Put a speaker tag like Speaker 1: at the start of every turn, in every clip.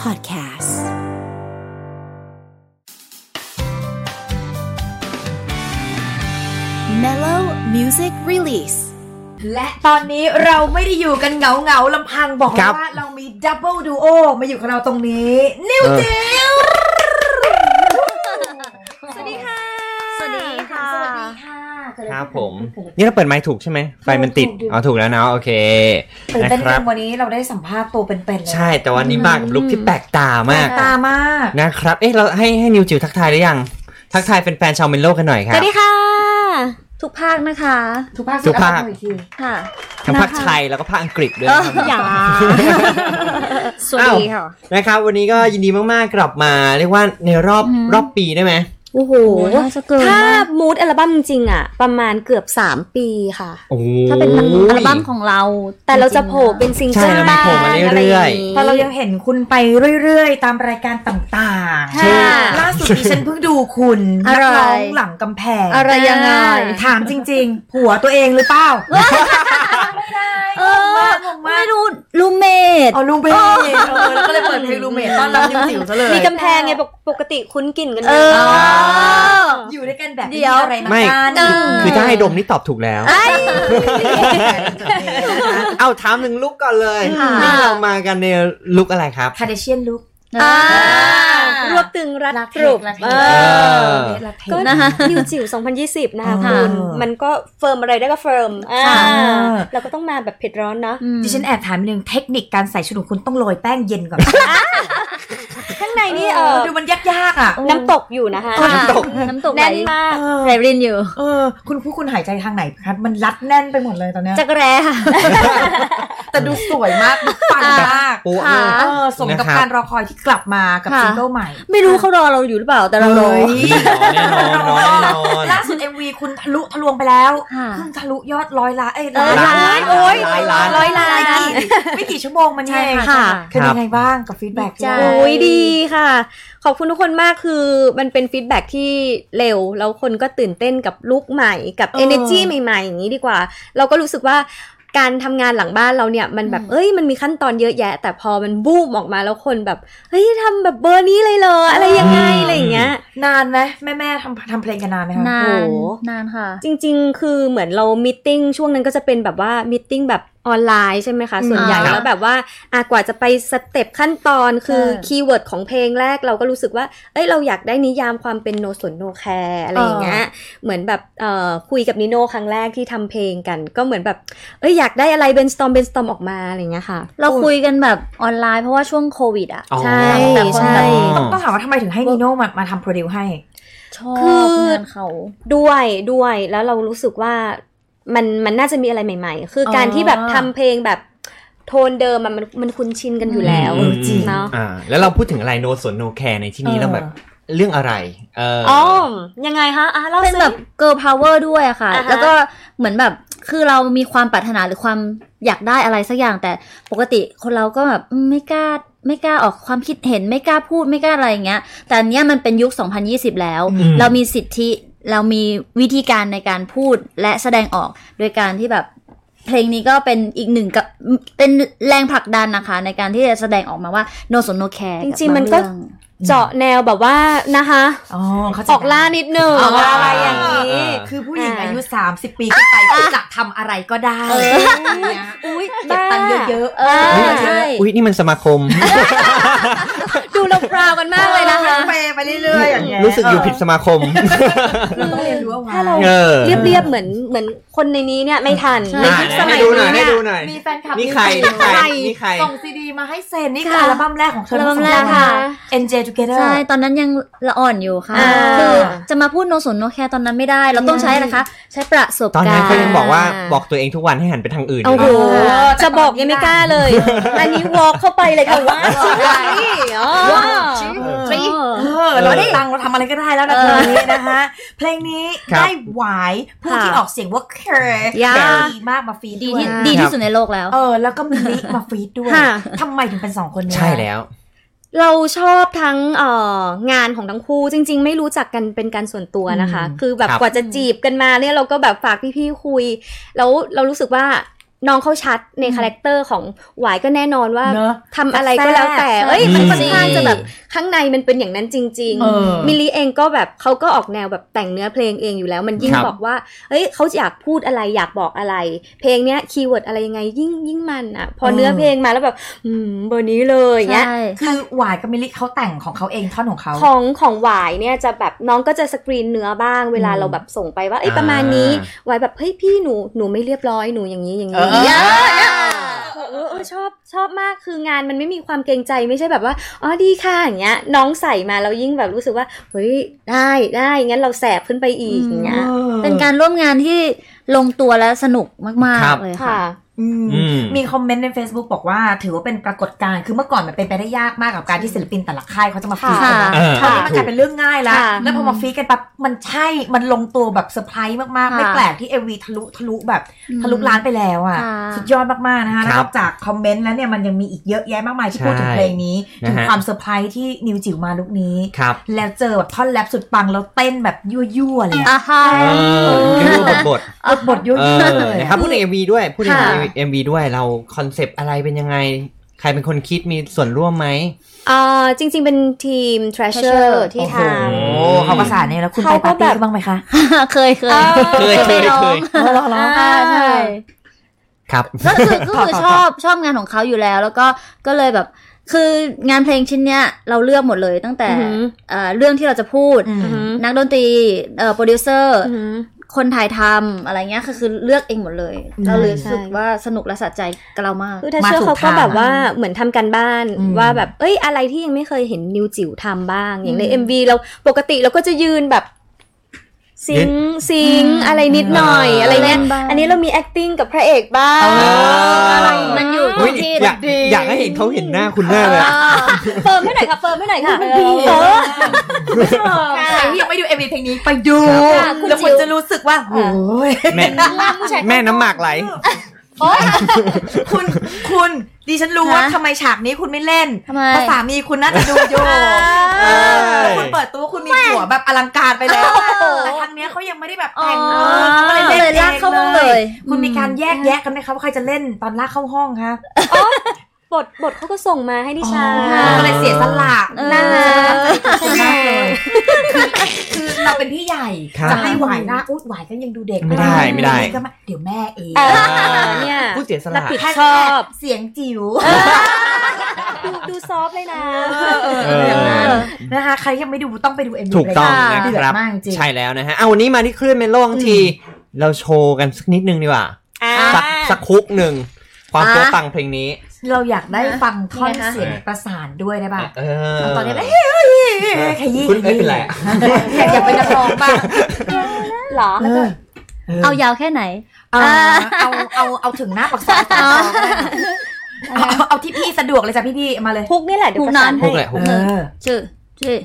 Speaker 1: Podcasts Mellow Music Release
Speaker 2: และตอนนี้เราไม่ได้อยู่กันเหงาเหงาๆลำพังบอกเล
Speaker 3: ครั
Speaker 2: ย
Speaker 3: บ
Speaker 2: ว่าเรามีดับเบิลดูโอมาอยู่กับเราตรงนี้ นิวจิว
Speaker 1: สวัสดีค่ะ
Speaker 2: สวัสดีค่ะ
Speaker 3: ครับผม นี่เราเปิดไม้ถูกใช่ไหมไฟมันติดอ๋อถูกแล้วเนาะโอเค
Speaker 2: ตื่น
Speaker 3: นะ
Speaker 2: เต้น
Speaker 3: ค
Speaker 2: จั
Speaker 3: รับ
Speaker 2: งวันนี้เราได้สัมภาษณ์ตัวเป็นๆเลย
Speaker 3: ใช่แต่วันนี้มากับลุคที่แปลกตามาก
Speaker 2: ตามาก
Speaker 3: นะครับ เอ๊ะเราให้ให้นิวจิ๋วทักทายหรือยัง ทักทายแฟนๆชาวเมนโลกันหน่อยค
Speaker 1: ส
Speaker 3: รับ
Speaker 1: วัสดีค่ะ ทุกภาคนะคะ
Speaker 2: ทุกภาค
Speaker 3: ทุกภาค
Speaker 2: เสียงเออีที
Speaker 1: ค่ะ
Speaker 3: ทั้งภาคไทยแล้วก็ภาคอังกฤษด้วย
Speaker 1: เอ
Speaker 3: นะ
Speaker 1: อ
Speaker 3: ครับ
Speaker 1: อย่า สวัสดีค่ะ
Speaker 3: นะครับ วันนี้ก็ยินดีมากๆกลับมา เรียกว่าในรอบรอบปีได้ไหม
Speaker 4: โอ้โห
Speaker 1: โอ้น่าจะเกิน
Speaker 4: ถ้าม
Speaker 1: าก
Speaker 4: มูดอัลบั้มจริงๆอะประมาณเกือบ 3 ปีค่ะ
Speaker 3: โอ้โห
Speaker 4: ถ้าเป็นมัน
Speaker 1: อัลบั้มของเรา
Speaker 4: แต่เราจะโผล่เป็นซิง
Speaker 3: ใช่
Speaker 4: เกิล
Speaker 3: เรามีโผล่มาเรื่อยๆ
Speaker 4: ะไางงี้
Speaker 2: เพอเรายังเห็นคุณไปเรื่อยๆ ตามรายการต่าง
Speaker 4: ค่ะ
Speaker 2: ๆ ล่าสุดดิฉันเพิ่งดูคุณนักร้องหลังกำแพง
Speaker 4: อะไรยังไง
Speaker 2: ถามจริงๆ ผัวตัวเองหรือเปล่า
Speaker 4: เออ ไม่รู้รูเมด
Speaker 2: เอาลูกไปเออแล้วก็เลยเปิดเพลงลูเมทตอนรับยังจิ๋วซะเลย
Speaker 4: มีกำแพงไงปกปกติคุ้นกลิ่นกัน
Speaker 2: เออ
Speaker 4: ยู่
Speaker 2: อยู่ด้วยกันแบบไม่มีอะไรมา
Speaker 3: ไม่
Speaker 2: กัน
Speaker 3: คือถ้าให้ดมนี่ตอบถูกแล้ว เอาถามหนึ่งลุกก่อนเลยนี่เรามากันในลุกอะไรครับ
Speaker 2: คาเดเชียนลุก
Speaker 4: อ่ารวบตึงรัดกรุบเออ
Speaker 3: อ
Speaker 4: ก็
Speaker 2: นะ
Speaker 4: นะคะนิวจิ๋ว2020 นะคะ
Speaker 2: เออ
Speaker 4: คุณมันก็เฟิร์มอะไรได้ก็เฟิร์มอ่า
Speaker 2: ค่ะ
Speaker 4: เราก็ต้องมาแบบเผ็ดร้อนเนาะ
Speaker 2: ดิฉันแอบถามนิดนึงเทคนิคการใส่ชุดของคุณต้องโรยแป้งเย็นก่อน ข้างในนี่เออดูมันยากๆอ่ะ
Speaker 4: น้ำตกอยู่นะคะ
Speaker 3: น้ำตก
Speaker 4: น้ำตกแน่นมาก
Speaker 2: เออ
Speaker 4: ไหลเรียนอยู่
Speaker 2: เออ คุณผู้คุณหายใจทางไหนคะมันรัดแน่นไปหมดเลยตอนเนี้ย
Speaker 4: จักรแร้ค่ะ
Speaker 2: แต่ดูสวยมากดูปังมาก
Speaker 3: ปุ๊ะเลย
Speaker 2: เออสมกับการรอคอยที่กลับมากับ
Speaker 4: ค่ะ
Speaker 2: ซิงเกิลใหม่
Speaker 4: ไม่รู้เขารอเราอยู่หรือเปล่าแต่เรารอ
Speaker 3: แน่นอนแน่นอน
Speaker 2: ล่าสุด MV คุณทะลุทะลวงไปแล้ว
Speaker 4: ค่ะ
Speaker 2: เพิ่งทะลุยอดร้อยล้านเอ้ย
Speaker 4: เออล้าน
Speaker 2: โอ้ย
Speaker 3: ร้อยล้าน
Speaker 4: ร้อยล้าน
Speaker 2: ไม่กี่ไม่กี่ชั่วโมงมันเอง
Speaker 4: ค่ะ
Speaker 2: เป็นยังไงบ้างกับฟีดแบ็ก
Speaker 4: โอ้ยดีค่ะ ขอบคุณทุกคนมากคือมันเป็นฟีดแบ็กที่เร็ว แล้วคนก็ตื่นเต้นกับลุกใหม่กับ
Speaker 2: เออ
Speaker 4: เอเนจีใหม่ ๆ อย่างนี้ดีกว่า เราก็รู้สึกว่าการทำงานหลังบ้านเราเนี่ยมันแบบเอ้ยมันมีขั้นตอนเยอะแยะ แต่พอมันบูมออกมาแล้วคนแบบเฮ้ยทำแบบเบอร์นี้เลยเหรออะไรยังไงอะไรอย่างเงี้ย
Speaker 2: นานไหมแม่แม่ๆทำทำเพลงกันนานไหมคะ
Speaker 5: นาน
Speaker 4: โอ้โห
Speaker 5: นานค่ะ
Speaker 4: จริงๆ คือเหมือนเรามิทติ้งช่วงนั้นก็จะเป็นแบบว่ามิทติ้งแบบออนไลน์ใช่ไหมคะ
Speaker 2: อืม
Speaker 4: ส่วนใหญ่
Speaker 3: ครับ
Speaker 4: แล้วแบบว่าอะกว่าจะไปสเต็ปขั้นตอนคือ
Speaker 5: เออ
Speaker 4: คีย์เวิร์ดของเพลงแรกเราก็รู้สึกว่า เอ้ยเราอยากได้นิยามความเป็นโนสนโนแคร์อะไรอย่างเงี้ย เหมือนแบบเอ่อคุยกับนิโน่ครั้งแรกที่ทำเพลงกัน ก็เหมือนแบบ เอ้ยอยากได้อะไรเบนสตอมเบนสตอมออกมาอะไรอย่างเงี้ยค่ะ
Speaker 5: เราคุยกันแบบออนไลน์เพราะว่าช่วงโควิดอ่ะ
Speaker 3: อ๋อ
Speaker 4: ใช่
Speaker 5: แต่คน
Speaker 4: ใช่
Speaker 5: แบบ
Speaker 2: ต้องถามว่าทำไมถึงให้นีโน่มามาทำโปรดิวให้
Speaker 5: ชอบ
Speaker 4: คือ
Speaker 5: งานเขา
Speaker 4: ด้วยด้วยแล้วเรารู้สึกว่ามันมันน่าจะมีอะไรใหม่ ๆ คืออ
Speaker 2: อ
Speaker 4: การที่แบบทำเพลงแบบโทนเดิมอะมันมันคุ้นชินกันอยู่แล้ว
Speaker 3: อืม
Speaker 2: จริง
Speaker 4: เนาะ
Speaker 3: อ่าแล้วเราพูดถึงอะไรโนสนโนแคร์ในที่นี้
Speaker 2: เออ
Speaker 3: เราแบบเรื่องอะไร เอออ
Speaker 4: อ๋อยังไงคะอ่ะเล่า
Speaker 5: เป็น
Speaker 4: สิ
Speaker 5: แบบ girl power ด้วยอะค่ะ
Speaker 4: อ่าฮะ
Speaker 5: แล้วก็เหมือนแบบคือเรามีความปรารถนาหรือความอยากได้อะไรสักอย่าง แต่ปกติคนเราก็แบบอืมไม่กล้าไม่กล้าออกความคิดเห็นไม่กล้าพูดไม่กล้าอะไรอย่างเงี้ย แต่อันเนี้ยมันเป็นยุค 2020 แล้ว
Speaker 3: อืม
Speaker 5: เรามีสิทธิเรามีวิธีการในการพูดและแสดงออก โดยการที่แบบเพลงนี้ก็เป็นอีกหนึ่งกับเป็นแรงผลักดันนะคะ ในการที่จะแสดงออกมาว่า no s o no care
Speaker 4: จริงๆมันก็
Speaker 5: บาเอ
Speaker 4: เจาะแนวแบบว่านะคะ
Speaker 2: อ๋อเขาใจ
Speaker 4: ออกล่านิดนึง
Speaker 2: ออกล่า
Speaker 4: อะ
Speaker 2: อะไร ไร
Speaker 4: อ
Speaker 2: อย่า
Speaker 4: ย่าง ง
Speaker 2: นี้
Speaker 4: นี้
Speaker 3: อ่า
Speaker 2: คือผู้หญิงอายุ 30 ปีขึ้นไปจะทำอะไรก็ได้
Speaker 4: อุ้ย
Speaker 2: เก็บตังค์เยอะๆเอ
Speaker 5: เอ
Speaker 2: อ
Speaker 5: อใช่
Speaker 3: อุ้ยนี่มันสมาคม
Speaker 4: ๆดูเราพราวกันมากเลยนะคะ
Speaker 2: เปย์ไปเรื่อยๆอย่างเงี้ย
Speaker 3: รู้สึกอยู่ผิดสมาคม
Speaker 2: เราต้องเรียนรู้เอา
Speaker 4: ถ้า
Speaker 2: ไว้
Speaker 4: เรา
Speaker 3: เออ
Speaker 4: เรียบๆเหมือนเหมือนคนในนี้เนี่ยไม่ทัน
Speaker 5: ใช่
Speaker 4: ในยุคสมั
Speaker 3: ให้
Speaker 4: ย
Speaker 3: ดูหน่อยให้ดูหน่
Speaker 4: นี้เนี่ย
Speaker 3: อย
Speaker 2: มีแฟนคลับ
Speaker 3: นี่ใคร
Speaker 2: มี
Speaker 3: นี่
Speaker 2: แฟ
Speaker 3: ใคร
Speaker 2: น
Speaker 3: นี่ใคร
Speaker 2: ส่งซีดีมาให้เซ็นนี่คือ
Speaker 4: ค่ะ
Speaker 2: อัลบั้มแรกของเธอ
Speaker 5: อัลบั้มแรก
Speaker 2: ทั้งสอง
Speaker 5: ค่ะ
Speaker 2: คน NJ
Speaker 5: อ
Speaker 2: Together
Speaker 5: ใช่ ตอนนั้นยังละอ่อนอยู่ค่ะ
Speaker 4: อ่า
Speaker 5: คือจะมาพูดโนสนโนแคร์ตอนนั้นไม่ได้ เราต้องใช้นะคะ ใช้ประสบ
Speaker 3: ตอน
Speaker 5: กา
Speaker 3: นั้น
Speaker 5: รณ์
Speaker 3: เขายังบอกว่าบอกตัวเองทุกวันให้หันไปทางอื่น
Speaker 4: โอ้โห
Speaker 2: เออแต่
Speaker 4: จะบอก
Speaker 2: ตอนนี้
Speaker 4: ยังไม่กล้าเลย อันนี้วอล์กเข้าไปเลย ค่ะว้าวนี่อ๋อ
Speaker 2: เออเออเราได้ตังค์เราทำอะไรก็ได้แล้วนะเพลงนี้นะคะเพลงนี้ได้หวายผู้ที่ออกเสียงว่าเคย
Speaker 4: ยา
Speaker 2: ดีมากมาฟีด
Speaker 5: ดี
Speaker 2: ด้วย
Speaker 5: ที่ดีที่สุดในโลกแล้ว
Speaker 2: เออ แล้วก็มีลิมาฟีดด้วย
Speaker 4: ค่ะ
Speaker 2: ทำไมถึงเป็นสองคนเนี้ย
Speaker 3: ใช่แล้ว
Speaker 4: เราชอบทั้งเอ่องานของทั้งคู่จริง ๆ ไม่รู้จักกันเป็นการส่วนตัวนะคะ คือแบบ
Speaker 3: ครับ
Speaker 4: กว่าจะจีบกันมาเนี่ยเราก็แบบฝากพี่ๆคุย แล้วเรารู้สึกว่า น้องเขาชัดในคาแรคเตอร์ของหวายก็แน่นอนว่า
Speaker 2: เนอะ
Speaker 4: ทำอะไรก็แล้วแต่
Speaker 1: แซ่บๆ
Speaker 4: เอ้ยมัน
Speaker 3: อืม
Speaker 4: ค่อนข้างจะแบบข้างในมันเป็นอย่างนั้นจริง
Speaker 2: เออ
Speaker 4: ๆ มิลลีเองก็แบบเขาก็ออกแนวแบบแต่งเนื้อเพลงเองอยู่แล้ว มันยิ่ง
Speaker 3: ครับ
Speaker 4: บอกว่าเอ้ยเขาอยากพูดอะไรอยากบอกอะไร เพลงเนี้ยคีย์เวิร์ดอะไรยังไงยิ่งยิ่งมันอ่ะ พอเนื้อเพลงมาแล้วแบบอืมเบอร์นี้เลยอย่างเงี้ย
Speaker 5: ใช่
Speaker 2: คือหวายกับมิลลิเขาแต่งของเขาเองท่อนของเขา
Speaker 4: ของของหวายเนี่ยจะแบบน้องก็จะสกรีนเนื้อบ้างเวลา
Speaker 2: อืม
Speaker 4: เราแบบส่งไปว่าไอ้ย
Speaker 3: อ่า
Speaker 4: ประมาณนี้หวายแบบเฮ้ยพี่หนูหนูไม่เรียบร้อยหนูอย่างนี้อย่าง
Speaker 2: เออเออ
Speaker 4: นี้เยอะเออเออชอบชอบมากคืองานมันไม่มีความเกรงใจไม่ใช่แบบว่าอ๋อดีค่ะอย่างเงี้ยน้องใส่มาเรายิ่งแบบรู้สึกว่าเฮ้ยได้ได้งั้นเราแสบขึ้นไปอีก
Speaker 5: อืม
Speaker 4: อย่างเงี้ย
Speaker 5: เป็นการร่วมงานที่ลงตัวและสนุกมาก
Speaker 3: ครับ
Speaker 5: ๆเลยค่ะ
Speaker 4: ค่ะ
Speaker 2: อืม
Speaker 3: อืม
Speaker 2: มีคอมเมนต์ใน Facebook บอกว่า ถือว่าเป็นปรากฏการณ์คือเมื่อก่อนมันเป็นไปได้ยากมากกับการที่ศิลปินแต่ละค่ายเขาจะมาฟีดกันเนอะ
Speaker 3: ค่ะ
Speaker 2: คราวนี้มันกลายเป็นเรื่องง่ายแล้ว
Speaker 4: ค่ะ
Speaker 2: แล้วพอมาฟีดกันปั๊บมันใช่มันลงตัวแบบเซอร์ไพรส์มากๆ
Speaker 5: ค่ะ
Speaker 2: ไม่แปลกที่ MV ทะลุทะลุแบบ ทะลุล้านไปแล้วอ่ะ
Speaker 5: ค่ะ
Speaker 2: สุดยอดมากๆนะคะ
Speaker 3: ครั
Speaker 2: น
Speaker 3: บ
Speaker 2: อกจากคอมเมนต์แล้วเนี่ยมันยังมีอีกเยอะแยะมากมายที่
Speaker 3: ใช่
Speaker 2: พูดถึงเพลงนี้ ถึง
Speaker 3: นะฮะ
Speaker 2: ความเซอร์ไพรส์ที่นิวจิ๋วมาลุกนี้
Speaker 3: ครับ
Speaker 2: แล้วเจอแบบท่อนแรปสุดปังแล้วเต้นแบบยั่วๆเลยอะ
Speaker 5: อ่ะค่ะ
Speaker 3: เออยั่วบทบท
Speaker 2: บทยั่
Speaker 3: เอ
Speaker 2: ว
Speaker 3: อ
Speaker 2: ๆเลย
Speaker 3: นะ
Speaker 2: อะ
Speaker 3: ครับพูดถึงเอ็มวีด้วยพูดถึง
Speaker 4: ค่ะ
Speaker 3: เอ็มวีด้วยเราคอนเซปต์อะไรเป็นยังไง ใครเป็นคนคิดมีส่วนร่วมไหม
Speaker 4: เอ่อจริง ๆ เป็นทีม treasure
Speaker 5: Treasure
Speaker 4: ที่ท
Speaker 3: โอ้โห
Speaker 2: โอ้เขาประสานเนี่ยแล้วคุณไป
Speaker 4: เขาก็
Speaker 2: ปาร์ตี้
Speaker 4: แบบ
Speaker 2: กันบ้างไหมคะ
Speaker 5: เคยเคย
Speaker 3: เคยเคย
Speaker 5: ร้อ
Speaker 3: เค
Speaker 5: ง
Speaker 3: ย
Speaker 2: เออเหรอเหรอ
Speaker 5: อ่าใช่
Speaker 3: ครับ
Speaker 5: ก็คือก็คือ
Speaker 2: ต่อต่อ
Speaker 5: ชอบชอบงานของเขาอยู่แล้ว แล้วก็ก็เลยแบบ คืองานเพลงชิ้นเนี้ยเราเลือกหมดเลยตั้งแต่
Speaker 4: อือหือ
Speaker 5: เอ่อเรื่องที่เราจะพูด
Speaker 2: อืม
Speaker 4: ำ
Speaker 5: นักดนตรีเอ่อโปรดิวเซอร์
Speaker 4: อืม
Speaker 5: คนถ่ายทำอะไรเงี้ยคือคือเลือกเองหมดเลย
Speaker 2: อืม
Speaker 5: เรารู้สึก
Speaker 4: ใช่
Speaker 5: ว่าสนุกและสะใจกับเรามาก
Speaker 4: คือถ้า
Speaker 2: มา
Speaker 4: เชื่อ
Speaker 2: ถูก
Speaker 4: เขาก็
Speaker 2: ทาง
Speaker 4: แบบว่าเหมือนทำกันบ้าน
Speaker 2: อืม
Speaker 4: ว่าแบบเอ้ยอะไรที่ยังไม่เคยเห็นนิวจิ๋วทำบ้างอย่างใน
Speaker 5: อืม
Speaker 4: MV เราปกติเราก็จะยืนแบบซิงค์ซิงค์
Speaker 5: อืม
Speaker 4: อะไรนิดหน่อย
Speaker 3: อ่า
Speaker 4: อะไรเงี้ยอันนี้เรามี acting กับพระเอกบ้างอะไรอย่าง
Speaker 5: มัน
Speaker 4: เงี้ย
Speaker 5: อยู่
Speaker 3: อุ๊ย
Speaker 5: ที่
Speaker 3: อยาก
Speaker 5: ดนตรี
Speaker 3: อยากให้เห็นเขาเห็นหน้าคุณหน้ากเลยอะ
Speaker 4: เฟิร์มให้หน่อยค่ะเฟิร์มให้หน่อยค่ะ
Speaker 2: มันดี
Speaker 4: เออ
Speaker 2: ใครที่ยังไม่ดูเอ็มวีเพลงนี้ไปดู
Speaker 4: ค่ะคุณ
Speaker 2: แล้วคุณ
Speaker 4: จิ๋ว
Speaker 2: จะรู้สึกว่าโอ้ย
Speaker 3: แม่แม่น้ำหมากไหล
Speaker 2: คุณคุณดิฉันรู้ว่าทำไมฉากนี้คุณไม่เล่น
Speaker 5: ทำไม
Speaker 2: เพราะสามีคุณน่าจะดูอยู่
Speaker 3: เออ
Speaker 2: แล้วคุณเปิดตัวคุณมีผัวแบบอลังการไปแล้วแต่ทางเนี้ยเขายังไม่ได้แบบแต่ง
Speaker 5: อ๋อ
Speaker 2: เขาก็เลยเล่น
Speaker 5: เลยลากเข้าห้องเลย
Speaker 2: คุณมีการแยกแยะกันไหมคะว่าใครจะเล่นตอนลากเข้าห้องคะ
Speaker 4: บทบทเขาก็ส่งมาให้ดิฉัน
Speaker 2: อ๋อก็เลยเสียสละ
Speaker 5: เออ
Speaker 2: น่า
Speaker 4: ใช่ไหม
Speaker 2: คือเราเป็นพี่ใหญ่
Speaker 3: ครับ
Speaker 2: จะให้หวายหน้าอุ๊ยหวายก็ยังดูเด็ก
Speaker 3: ไม่ได้ไม่ได้
Speaker 2: ก็มาเดี๋ยวแม่เอง
Speaker 4: เออเนี่ย
Speaker 3: ผู้เสียส
Speaker 4: รับ
Speaker 3: ละ
Speaker 4: ผิด
Speaker 2: แค่
Speaker 4: ชอบ
Speaker 2: เสียงจิ๋ว
Speaker 4: ดูดูซอฟต์เลยนะ
Speaker 3: เออ
Speaker 2: นะคะใครยังไม่ดูต้องไปดูเอ็ม
Speaker 3: ถูกต้องนะ
Speaker 2: เดือ
Speaker 3: ค
Speaker 2: ด
Speaker 3: รับ
Speaker 2: มากจริง
Speaker 3: ใช่แล้วนะฮะเอาวันนี้มาที่คลื่นเมโลทั้งที เราโชว์กันสักนิดนึงดีกว่าสักสักคุกหนึ่งความโป๊ะปังเพลงนี้
Speaker 2: เราอยากได้ฟังท่อน
Speaker 4: ยังไงคะ
Speaker 2: เสียงประสานด้วยได้ป่ะ
Speaker 3: เออ
Speaker 2: เอาตอนนี้
Speaker 3: ไห
Speaker 2: เอ้ยเอ้ยเอ้ยเอ้ยขยี้
Speaker 3: คุณไม่เป็นไร
Speaker 2: อยากอยากเป็นนักร้องบ้าง
Speaker 4: เหรอ
Speaker 2: เออ
Speaker 5: เอายาวแค่ไหน
Speaker 2: เอาเอาเอาเอาถึงหน้าปากซอยเอาเอาที่พี่สะดวกเลยจ้ะพี่พี่ๆมาเลย
Speaker 4: พุกนี่แหละเดี๋ยว
Speaker 5: พุ
Speaker 4: ประ
Speaker 5: กนา
Speaker 4: สาน
Speaker 5: น
Speaker 3: พว
Speaker 4: ให้
Speaker 3: กแหละพวก
Speaker 5: ชื่อชื่อ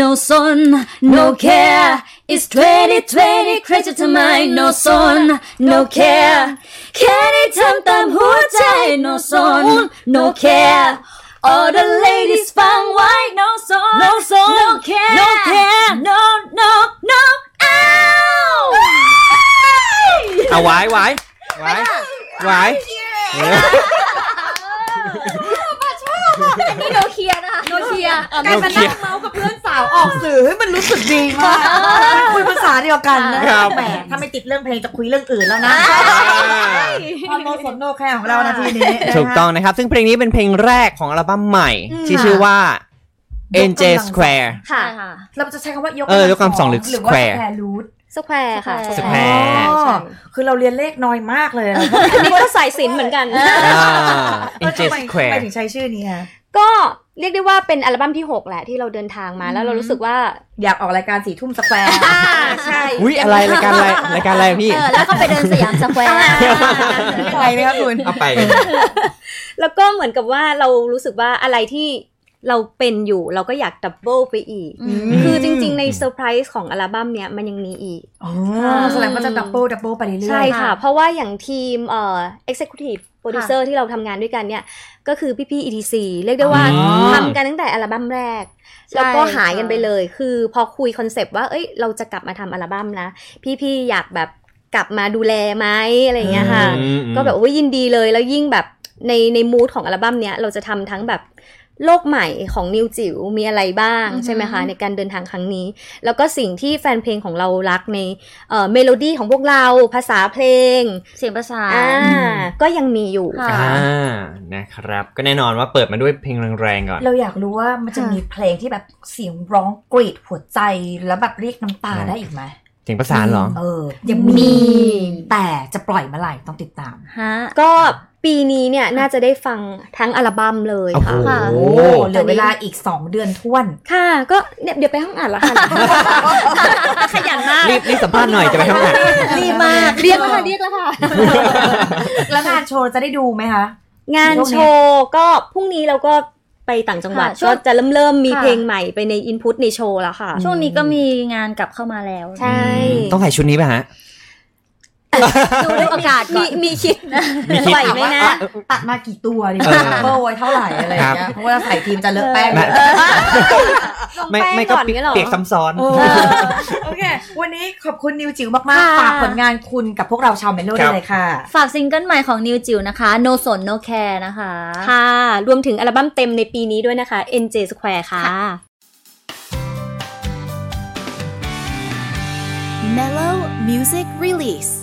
Speaker 5: No son no care it's 2020 crazy to my no son no care แค่ได้ทำตามหัวใจ no son no care all the ladies ฟังไว้ no son no son no care no care no no no อ้าว
Speaker 3: เอาไว้ไว้ไว้ไว้
Speaker 5: นี่โนเคียนะคะโนเคีย
Speaker 2: การมานั่งเมาส์กับเพื่อนสาวออกสื่อให้มันรู้สึกดีมากคุยภาษาเดียวกันนะแหมถ้าไม่ติดเรื่องเพลงจะคุยเรื่องอื่นแล้วนะความโมสนโนแค่ของเรานาทีนี้
Speaker 3: ถูกต้องนะครับ ซึ่งเพลงนี้เป็นเพลงแรกของอัลบั้มใหม่ ที่ชื่อว่า NJ Square
Speaker 4: ค่ะ
Speaker 2: เราจะใช้คำว่ายก
Speaker 3: เออยกกำลังสองหรือ
Speaker 2: หรือว่า
Speaker 3: square
Speaker 2: แควร์รูท
Speaker 4: สแควร์ค่ะ
Speaker 5: สแคว
Speaker 3: แหม
Speaker 2: คือเราเรียนเลขน้อยมากเลยนะ
Speaker 4: อันนี้ก็สายศิลป์เหมือนกัน
Speaker 3: อ่า
Speaker 2: แล้ว
Speaker 3: NJ
Speaker 2: ทำไมทำ
Speaker 3: Square
Speaker 2: ไมถึงใช้ชื่อนี้คะ
Speaker 4: ก็เรียกได้ว่าเป็นอัลบั้มที่ 6 แหละที่เราเดินทางมาแล้วเรารู้สึกว่า
Speaker 2: อยากออกรายการสี่ทุ่มสแควร์
Speaker 4: ใช่
Speaker 3: อุ้ยอะไรรายการอะไรรายการอะไรพี่
Speaker 5: เออแล้วก็ไปเดินสยามสแควร์
Speaker 2: ไปไหมครับคุณ
Speaker 3: เอาไป
Speaker 4: แล้วก็เหมือนกับว่าเรารู้สึกว่าอะไรที่เราเป็นอยู่เราก็อยากดับเบิลไปอีก คือจริงๆในเซอร์ไพรส์ของอัลบั้มเนี้ยมันยังมีอีก
Speaker 2: อ๋อแสดงว่าจะดับเบิลดับเบิลไปเรื่อยๆ
Speaker 4: ใช่ค่ะ
Speaker 5: ค่ะ
Speaker 4: เพราะว่าอย่างทีมเอ่อ executive producer ที่เราทำงานด้วยกันเนี่ย ก็คือพี่ ๆ EDC เรียกได้ว่า
Speaker 3: อ๋อ
Speaker 4: ทำกันตั้งแต่อัลบั้มแรก แล้วก็หายกันไปเลย คือพอคุยคอนเซปต์ว่า เอ้ย เราจะกลับมาทำอัลบั้มนะ พี่ ๆ อยากแบบ กลับมาดูแลไหมอะไรอย่างเงี้ยค่ะ
Speaker 3: อืมอืม
Speaker 4: ก็แบบว่ายินดีเลยแล้วยิ่งแบบในในมูดของอัลบั้มเนี้ยเราจะทำทั้งแบบโลกใหม่ของนิวจิ๋วมีอะไรบ้าง
Speaker 5: อือฮึ
Speaker 4: ใช่ไหมคะในการเดินทางครั้งนี้ แล้วก็สิ่งที่แฟนเพลงของเรารักในเอ่อเมโลดี้ของพวกเราภาษาเพลง
Speaker 5: เสียงประสาน
Speaker 4: อ่าก็ยังมีอยู่
Speaker 5: ค่ะ
Speaker 3: อ่านะครับ ก็แน่นอนว่าเปิดมาด้วยเพลงแรงๆก่อน
Speaker 2: เราอยากรู้ว่ามันจะมีเพลงที่แบบเสียงร้องกรีดหัวใจแล้วแบบเรียกน้ำตาได้อีกไหม
Speaker 3: เสียงประสานเหรอ
Speaker 2: เออ ยังมี แต่จะปล่อยเมื่อไหร่ต้องติดตาม
Speaker 5: ฮะ
Speaker 4: ก็ปีนี้เนี่ยน่าจะได้ฟังทั้งอัลบั้มเลย
Speaker 3: โอ้โห
Speaker 4: ค่ะ
Speaker 5: ค่ะ
Speaker 2: โอ้เหลือเวลาอีก 2 เดือนท้วน
Speaker 4: ค่ะ ก็เนี่ยเดี๋ยวไปห้องอ่านละค่ะ ขยันม าก
Speaker 3: รีบรีบสัมภาษณ์หน่อยจะไปทำงาน
Speaker 5: รีบมาก
Speaker 4: เรียกแล้วค่ะเรียกแล้วค่ะ
Speaker 2: แล้วงานโชว์จะได้ดูไหมคะ
Speaker 4: งานโชว์ก็พรุ่งนี้เราก็ไปต่างจังหวัด
Speaker 5: ค่ะช่ว
Speaker 4: ก็
Speaker 5: ง
Speaker 4: จะเริ่มเริ่มมี
Speaker 5: ค่ะ
Speaker 4: เพลงใหม่ไปในอินพุตในโชว์แล้วค่ะ
Speaker 5: ช่วงนี้ก็มีงานกลับเข้ามาแล้ว
Speaker 4: ใช่
Speaker 3: ต้องใส่ชุดนี้ป่ะฮะ
Speaker 5: ดูดูอากาศก่
Speaker 4: มี
Speaker 5: อน
Speaker 4: มีคิด
Speaker 3: มีคิด
Speaker 4: ไหวไหมนะ
Speaker 2: ตัดมากี่ตัวดิ
Speaker 3: เออ
Speaker 2: เบอร์ไว้เท่าไหร่อะไรอย่างเงี้ย เพราะว่าใส่ทีมจะเลอะแป้ง
Speaker 3: นะไม่
Speaker 4: ลงแป้ง
Speaker 3: ไม่ก็
Speaker 4: ก่อนอย่างเงี้ยเหรอ
Speaker 3: เปียกซ้ำซ้อน
Speaker 2: เออโอเค วันนี้ขอบคุณนิวจิ๋วมาก ๆ
Speaker 5: ค่ะ
Speaker 2: ฝากผลงานคุณกับพวกเราชาวเมโล
Speaker 3: ครั
Speaker 2: ได้
Speaker 3: บ
Speaker 2: เลยค่ะ
Speaker 5: ฝากซิงเกิลใหม่ของนิวจิ๋วนะคะ No สน No Care นะคะ
Speaker 4: ค่ะ รวมถึงอัลบั้มเต็มในปีนี้ด้วยนะคะ NJ Square ค่ะ
Speaker 6: Mellow Music Release.